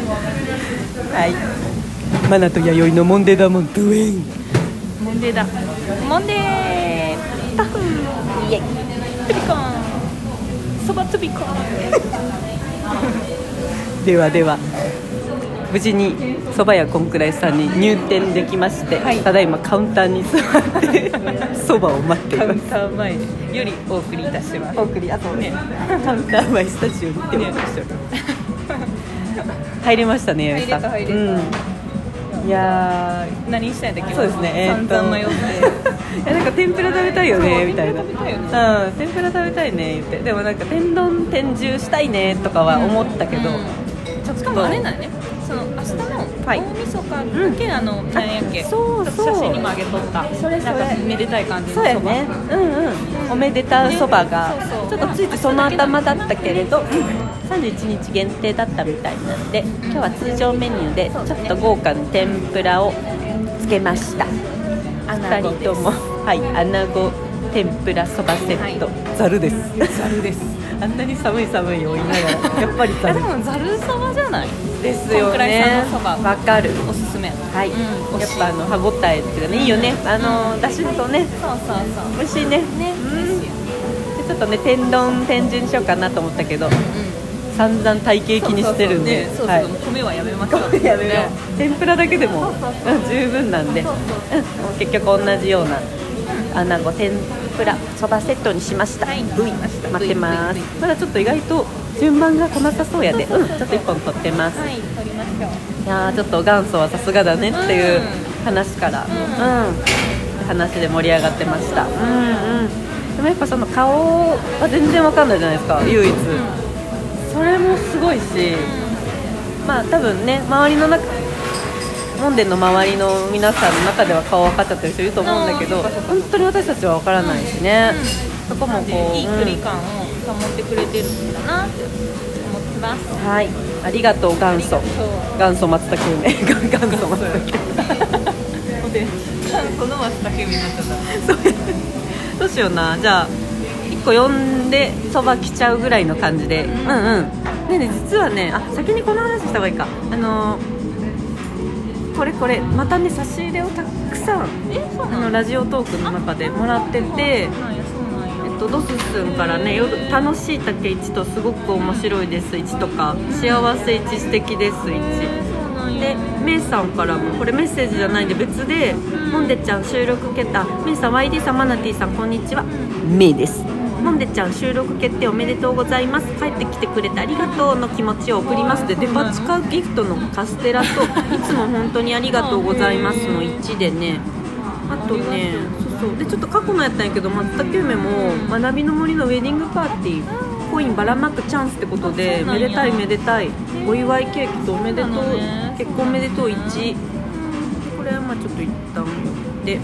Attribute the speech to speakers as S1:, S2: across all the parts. S1: はいマナと弥生のモンデーダモンドゥエン
S2: モンデーだモンデーパフイエイピリコンそばつびコン
S1: ではでは無事に蕎麦屋こんくらいさんに入店できまして、
S2: はい
S1: ただいまカウンターに座って蕎麦を待ってい
S2: カウ
S1: ま
S2: ン
S1: す
S2: ター前よりお送りいたします
S1: お送りあとねカウンター前スタジオに行っておりました入れましたね弥生さん
S2: 入れた入れ
S1: うんいや
S2: 何したんだっけ
S1: ーそうですねえー
S2: 散
S1: と
S2: 々迷って
S1: いやなんか天ぷら食べたいよ
S2: そ
S1: ね
S2: う
S1: みたいな
S2: 天ぷら食べたいよ
S1: うん天ぷら食べたいね言ってでもなんか天丼天重したいねとかは思ったけど、
S2: うんちょっとしかもあれなんやねその明日の
S1: はい
S2: 大晦日だけ、あのなんやっけ
S1: そうそう
S2: 写真にもあげとった
S1: それそれ
S2: なんかめでたい感じの
S1: そうやねうんうんおめでたそばが
S2: ねそう
S1: ち
S2: そ
S1: ょ
S2: う
S1: っとついてその頭だったけれど31日限定だったみたいなんで今日は通常メニューでちょっと豪華な天ぷらをつけました
S2: 穴
S1: 2
S2: 子
S1: 人
S2: です
S1: ともはい穴子天ぷらそばセットざるですざるですあんなに寒い寒いを言いなが らやっぱり
S2: え
S1: ざ
S2: で
S1: る
S2: もざるそばじゃない
S1: ですよ
S2: こんくらい
S1: ね
S2: さんのそば
S1: わかる
S2: おすすめ
S1: はい、
S2: うん、
S1: やっぱあの歯ごたえっていうかねいいよねあのだしとね
S2: そうそうそう
S1: 美味しいね
S2: ね、
S1: うんでちょっとね天丼天順にしようかなと思ったけど
S2: う
S1: 散々体型気にしてるんで
S2: そうそうそうねそうそう、
S1: はい
S2: 米 はやめましたね
S1: やめよう天ぷらだけでも
S2: そうそう
S1: うん十分なんで
S2: そう
S1: うんもう結局同じような穴子天ぷらそばセットにしました、
S2: はい
S1: ブイ待ってま
S2: ブイブイ
S1: すまだちょっと意外と順番が来なさそうやで、うん、ちょっと1本取ってます、
S2: はい、取りましょう
S1: いやーちょっと元祖はさすがだねっていう
S2: う
S1: 話から、うん
S2: ん
S1: 話で盛り上がってました、うんうん、でもやっぱその顔は全然わかんないじゃないですか唯一、それもすごいし、まあ多分ね周りの中モンデンの周りの皆さんの中では顔分かっちゃってる人いると思うんだけど
S2: あーそっかそっか
S1: 本当に私たちは分からないしね、そこもこう
S2: いい距離感を保ってくれてるんだなって思ってま
S1: う
S2: す
S1: んはいありがとう元祖
S2: そう
S1: 元祖松田久美 元祖松田久美
S2: この松茸になっちゃっ
S1: どうしようなじゃあ1個呼んでそば来ちゃうぐらいの感じでうんうんねえねえ実はねあ先にこの話した方がいいかあのーこれこれまたね差し入れをたくさん
S2: たえ、そう
S1: あ
S2: な
S1: の
S2: の
S1: ラジオトークの中でもらってて
S2: そうなんや、そうなんや
S1: えっと、ドススンからね「よ楽しい竹一」と「すごく面白いです一」とか「幸せ一」「素敵です一」
S2: そうなんや
S1: でメイさんからもこれメッセージじゃないんで別で「モンデちゃん収録決定」「メイさん YD さんマナティさんこんにちは」「メイです」「モンデちゃん収録決定おめでとうございます」「帰ってきてくれてありがとう」の気持ちを送りますでデパ地下ギフトのカステラと「いつも本当にありがとうございます」の1でねあとねそうそうでちょっと過去のやったんやけど松田久美も「学びの森のウェディングパーティー」コインばらまくチャンスってことで
S2: そうな
S1: め
S2: んや
S1: でたいめでたいお祝いケーキとおめでとう
S2: そうなのね
S1: 結婚おめでとう1これはまあちょっと一旦で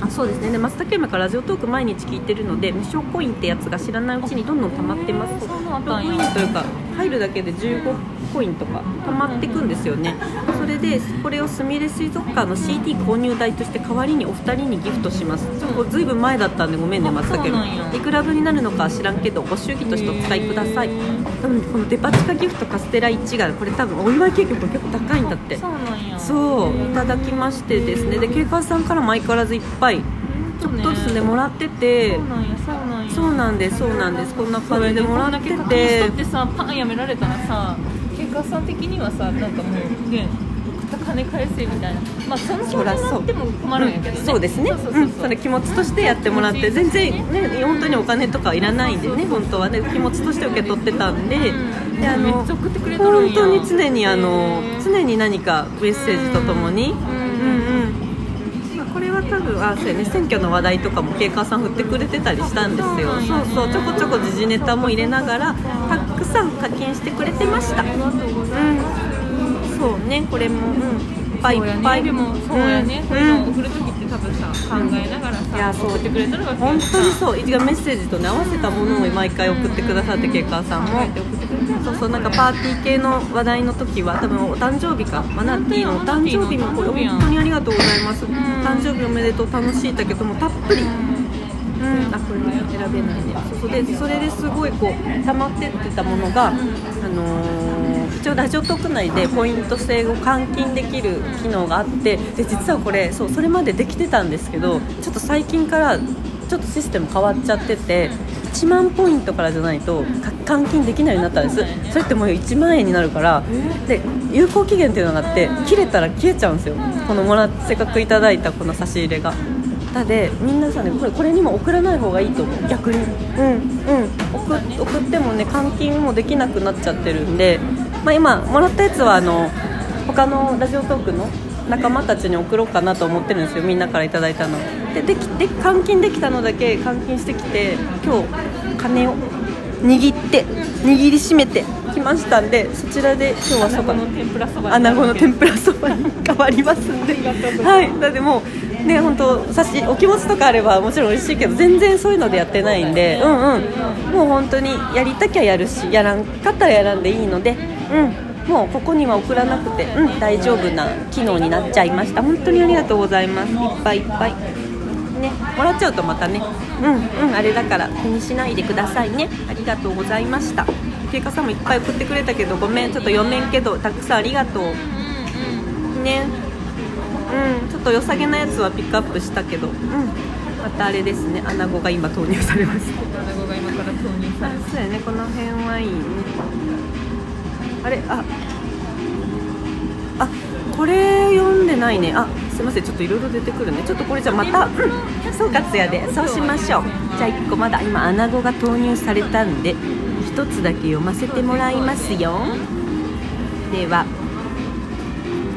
S1: あそうですねで松竹梅からラジオトーク毎日聞いてるので無償コインってやつが知らないうちにどんどん溜まってますロ
S2: へーそう
S1: グ
S2: なんだ
S1: インというか入るだけで15コインとか溜まってくんですよねそれでこれをすみれ水族館の CD 購入代として代わりにお二人にギフトしますちょっとずいぶん前だったんでごめんね松竹
S2: そうなんや
S1: 梅いくら分になるのかは知らんけどご祝儀としてお使いください
S2: へー
S1: 多分このデパ地下ギフトカステラ1がこれ多分お祝いケーキも結構高いんだって
S2: そうなんや
S1: そういただきましてですねで警官さんからも相変わらずいっぱいちょっとですねもらってて
S2: そうなんや、そうなんや
S1: そうなんですそうなんですこんな感じでもらって
S2: それでこんだけ確認し
S1: て
S2: とってさパンやめられたらさ結果さん的にはさなんかもうね送った金返せみたいなまあその気持ちになっても困るんやけどね、
S1: そうですね
S2: そうそう
S1: う
S2: そうん
S1: その気持ちとしてやってもらって全然ね本当にお金とかいらないんでね本当はね気持ちとして受け取ってたんで
S2: うん
S1: であの
S2: めっちゃ送ってくれとるん
S1: 本
S2: や
S1: 当に常にあの
S2: へー
S1: 常に何かメッセージとともにうん
S2: うん
S1: うんまあこれは多分あそうやね選挙の話題とかも警官さん振ってくれてたりしたんですよ
S2: あそ
S1: そ
S2: うなんや
S1: うそうちょこちょこ時事ネタも入れながらたくさん課金してくれてましたうんそうねこれもうんいっぱい
S2: そう
S1: い
S2: や
S1: っぱい
S2: ねでもそうやね、こう
S1: う
S2: いうんの送る時って多分さ考えながら
S1: いや
S2: さ、
S1: そう
S2: 送ってくれとるわけ
S1: 本当に
S2: う
S1: そう一応メッセージとね合わせたものを毎回送ってくださって警官さんもそうそうなんかパーティー系の話題の時は多分お誕生日かマナティーのお誕生日もこれ本当にありがとうございますお誕生日おめでとう楽しいだけどもたっぷりうん、あこれは選べないねそうそうでそれですごいこう溜まってってたものが、あのー一応ラジオトーク内でポイント制を換金できる機能があってで実はこれそうそれまでできてたんですけどちょっと最近からちょっとシステム変わっちゃってて1万ポイントからじゃないとか換金できないようになったんですそれってもう1万円になるからで有効期限っていうのがあって切れたら消えちゃうんですよこのもらっせっかくいただいたこの差し入れが。ただで皆さんねこれこれにも送らない方がいいと思う逆にうんうん送っ送ってもね換金もできなくなっちゃってるんで、まあ、今もらったやつはあの他のラジオトークの仲間たちに送ろうかなと思ってるんですよみんなからいただいたのでできで換金できたのだけ換金してきて今日金を握って握りしめてきましたんでそちらで今日はそ
S2: 穴
S1: ば
S2: 子
S1: の
S2: の天ぷらそば
S1: 穴子の天
S2: ぷ
S1: ぷらそばに変わりますんで
S2: ありがとうござ
S1: はいいだってもうね本当差しお気持ちとかあればもちろん嬉しいけど全然そういうのでやってないんでうんうんもう本当にやりたきゃやるしやらんかったらやらんでいいのでうんもうここには送らなくて、うん、大丈夫な機能になっちゃいました本当にありがとうございますいっぱいいっぱいねもらっちゃうとまたねうんうんあれだから気にしないでくださいねありがとうございました経過さんもいっぱい送ってくれたけどごめんちょっと読めんけどたくさんありがとうねうんちょっと良さげなやつはピックアップしたけど、うん、またあれですね穴子が今投入されます
S2: 穴子が今から投入さ
S1: あ
S2: れる
S1: そうやねこの辺はいいねあれああこれ読んでないねあすいませんちょっといろいろ出てくるねちょっとこれじゃあまた、うん、総括やでそうしましょうじゃあ1個まだ今穴子が投入されたんで1つだけ読ませてもらいますよでは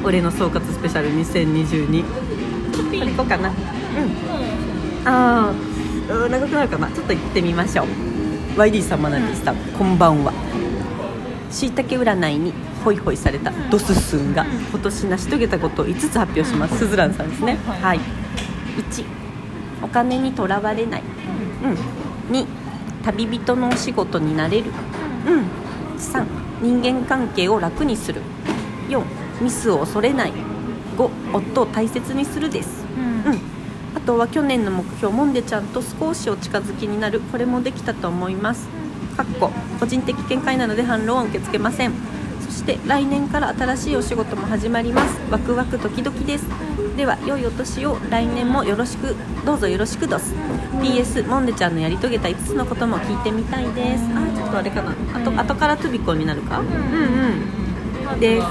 S1: 俺の総括スペシャル2022これいこうかなうんあーうー長くなるかなちょっと行ってみましょう YD さんマナティさん、こんばんはしいたけ占いにホイホイされたドススンが今年成し遂げたことを5つ発表しますすずらんさんですね
S2: はい
S1: はい1お金にとらわれない、うん、2旅人のお仕事になれる、うん、3人間関係を楽にする4ミスを恐れない5夫を大切にするです
S2: うん
S1: うん、あとは去年の目標モンデちゃんと少しお近づきになるこれもできたと思いますかっこ個人的見解なので反論は受け付けませんそして来年から新しいお仕事も始まりますワクワクドキドキですでは良いお年を来年もよろしくどうぞよろしくどす PS モンデちゃんのやり遂げた5つのことも聞いてみたいですあーちょっとあれかなあと後からトゥビコになるかうんうんです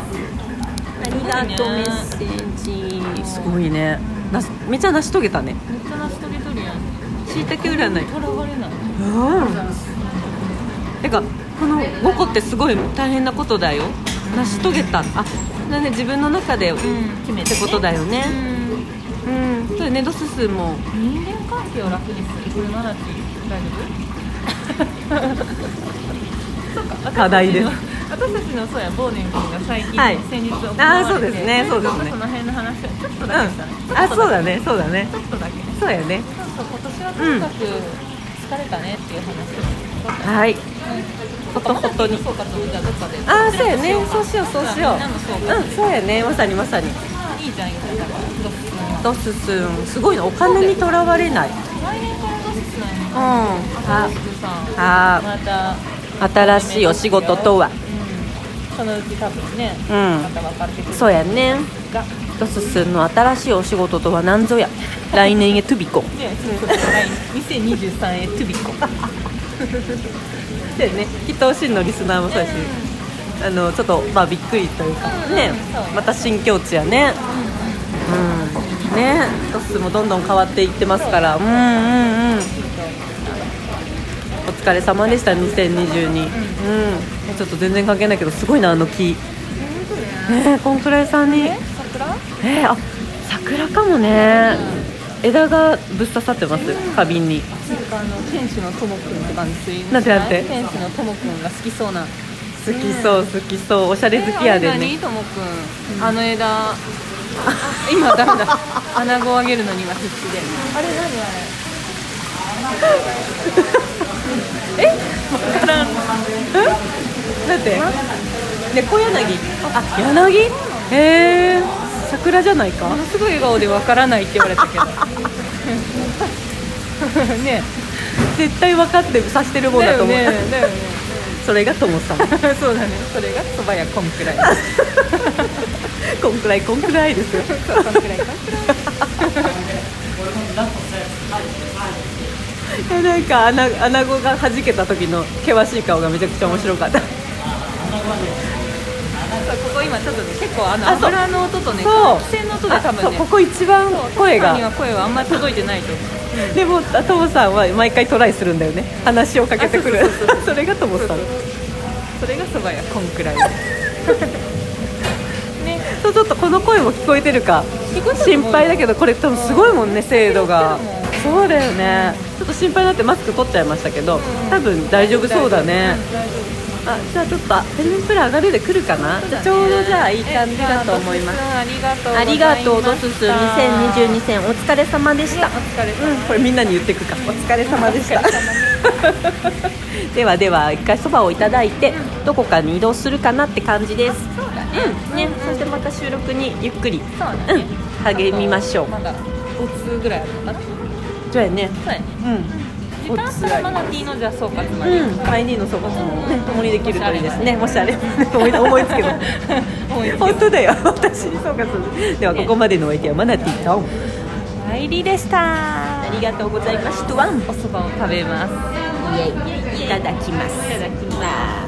S1: ありがとうメッセージすごいねなしめちゃ成し遂げたね
S2: めっちゃなしとりとりやん
S1: しいたけ占い
S2: とらわれない
S1: うんてかこの5個ってすごい大変なことだよ成し遂げたあだね自分の中で決
S2: 決め
S1: め
S2: て
S1: ってことだよね
S2: うん
S1: うんそうよねドススも
S2: 人間関係を楽にするこれマナティ大丈夫
S1: 課題です
S2: 私たちのそうや忘年会が最近、
S1: はい
S2: 先日行われて
S1: あーそうですねそうですね
S2: ちょっとその辺の話をちょっと
S1: うん
S2: だけしたね、
S1: あそうだねそうだね
S2: ちょっとだけね
S1: そうやね
S2: ちょっと今年はとにかく疲れたねっていう話を、
S1: はいほとほとに
S2: そうかとじゃあどっかで
S1: ああそうやねそうしようそうしよ
S2: みんなの総
S1: う
S2: 括
S1: うんそうやねまさにまさに
S2: いいじゃんいいじゃんだからドス君は
S1: ドススすごいなお金にとらわれないうん
S2: 来年からドス君
S1: あ
S2: 新しくさ
S1: あ
S2: また
S1: 新しいお仕事とは
S2: うんそのうち多分ね、
S1: うん
S2: また分かってくる
S1: そうやね
S2: が
S1: ドススンの新しいお仕事とは何ぞや来年へトゥビコン
S2: ねそうそう来2023へトゥビコ
S1: でねきっと真のリスナーもそうやし、あのちょっとまあびっくりというかねまた新境地やねうんねドススンもどんどん変わっていってますからうんうんうんお疲れ様でした2022うん、ちょっと全然関係ないけどすごいなあの木ねえこんくらいさんに
S2: 桜
S1: えー、あ桜かもね枝がぶっ刺さってます花瓶に
S2: なんかあの天使のともくんって感じ
S1: なんてなんて
S2: 天使のともくんが好きそうな
S1: 好きそう好きそうおしゃれ好きやで
S2: えあれ何
S1: ね
S2: ともくん、あの枝あ今ダメだ 穴子をあげるのには必死であれ何あれ
S1: えだって猫柳あ柳へえ桜じゃないか
S2: ものすごい笑顔でわからないって言われたけどね
S1: 絶対分かって刺してるもん
S2: だ
S1: だと
S2: よ
S1: 思う、
S2: ねだよね
S1: それがとも さん
S2: そうだねそれがそばやこんくらい
S1: こんくらいこんくらい ですよ
S2: そうこんくら
S1: えな
S2: いか
S1: んか穴穴子が弾けた時の険しい顔がめちゃくちゃ面白かった
S2: そうここ今ちょっとね結構あの
S1: あそう
S2: 油の音とね
S1: そう
S2: 換気扇の音で多
S1: あそう
S2: 分ね
S1: ここ一番声
S2: 他には
S1: が
S2: 声はあんまり届いてないと思う
S1: でもあともさんは毎回トライするんだよね話をかけてくる
S2: あそうそうそう
S1: それがともさん
S2: それがそばやこんくら いね
S1: そうちょっとこの声も聞こえてるか
S2: 聞こえてる
S1: 心
S2: もん
S1: 配だけどこれ多分すごいもんね精度が
S2: 聞こえ
S1: そうだよねちょっと心配になってマスク取っちゃいましたけど
S2: ん
S1: 多分大丈夫そうだね
S2: うん大丈夫
S1: あじゃあちょっと天然プラ上がるで来るかな、じゃあちょうどじゃあいい感じだと思います
S2: す
S1: ありがとうドスス2022戦お疲れ様でし
S2: お
S1: た、
S2: 疲れ様
S1: うん、これみんなに言ってくかお疲れ様でした ではでは一回そばをいただいてどこかに移動するかなって感じです
S2: そうだね
S1: うんねそしてまた収録にゆっくり
S2: そうだね
S1: うん励みましょう
S2: まだ5通ぐらいあるのかなそう
S1: そうやね
S2: だね
S1: うん
S2: 時間あったらマナティーのじゃあ総括まで、
S1: うん、マイニーのそばもね、共にできるといいですね。もしあればね、思い 思いつけば。
S2: 多いけど
S1: 本当だよ、私にそうかそう。では、ここまでのお相手はマナティータオン。
S2: 入りでした
S1: ありがとうございました。ワン。
S2: おそばを食べます
S1: いただきます。いただきます。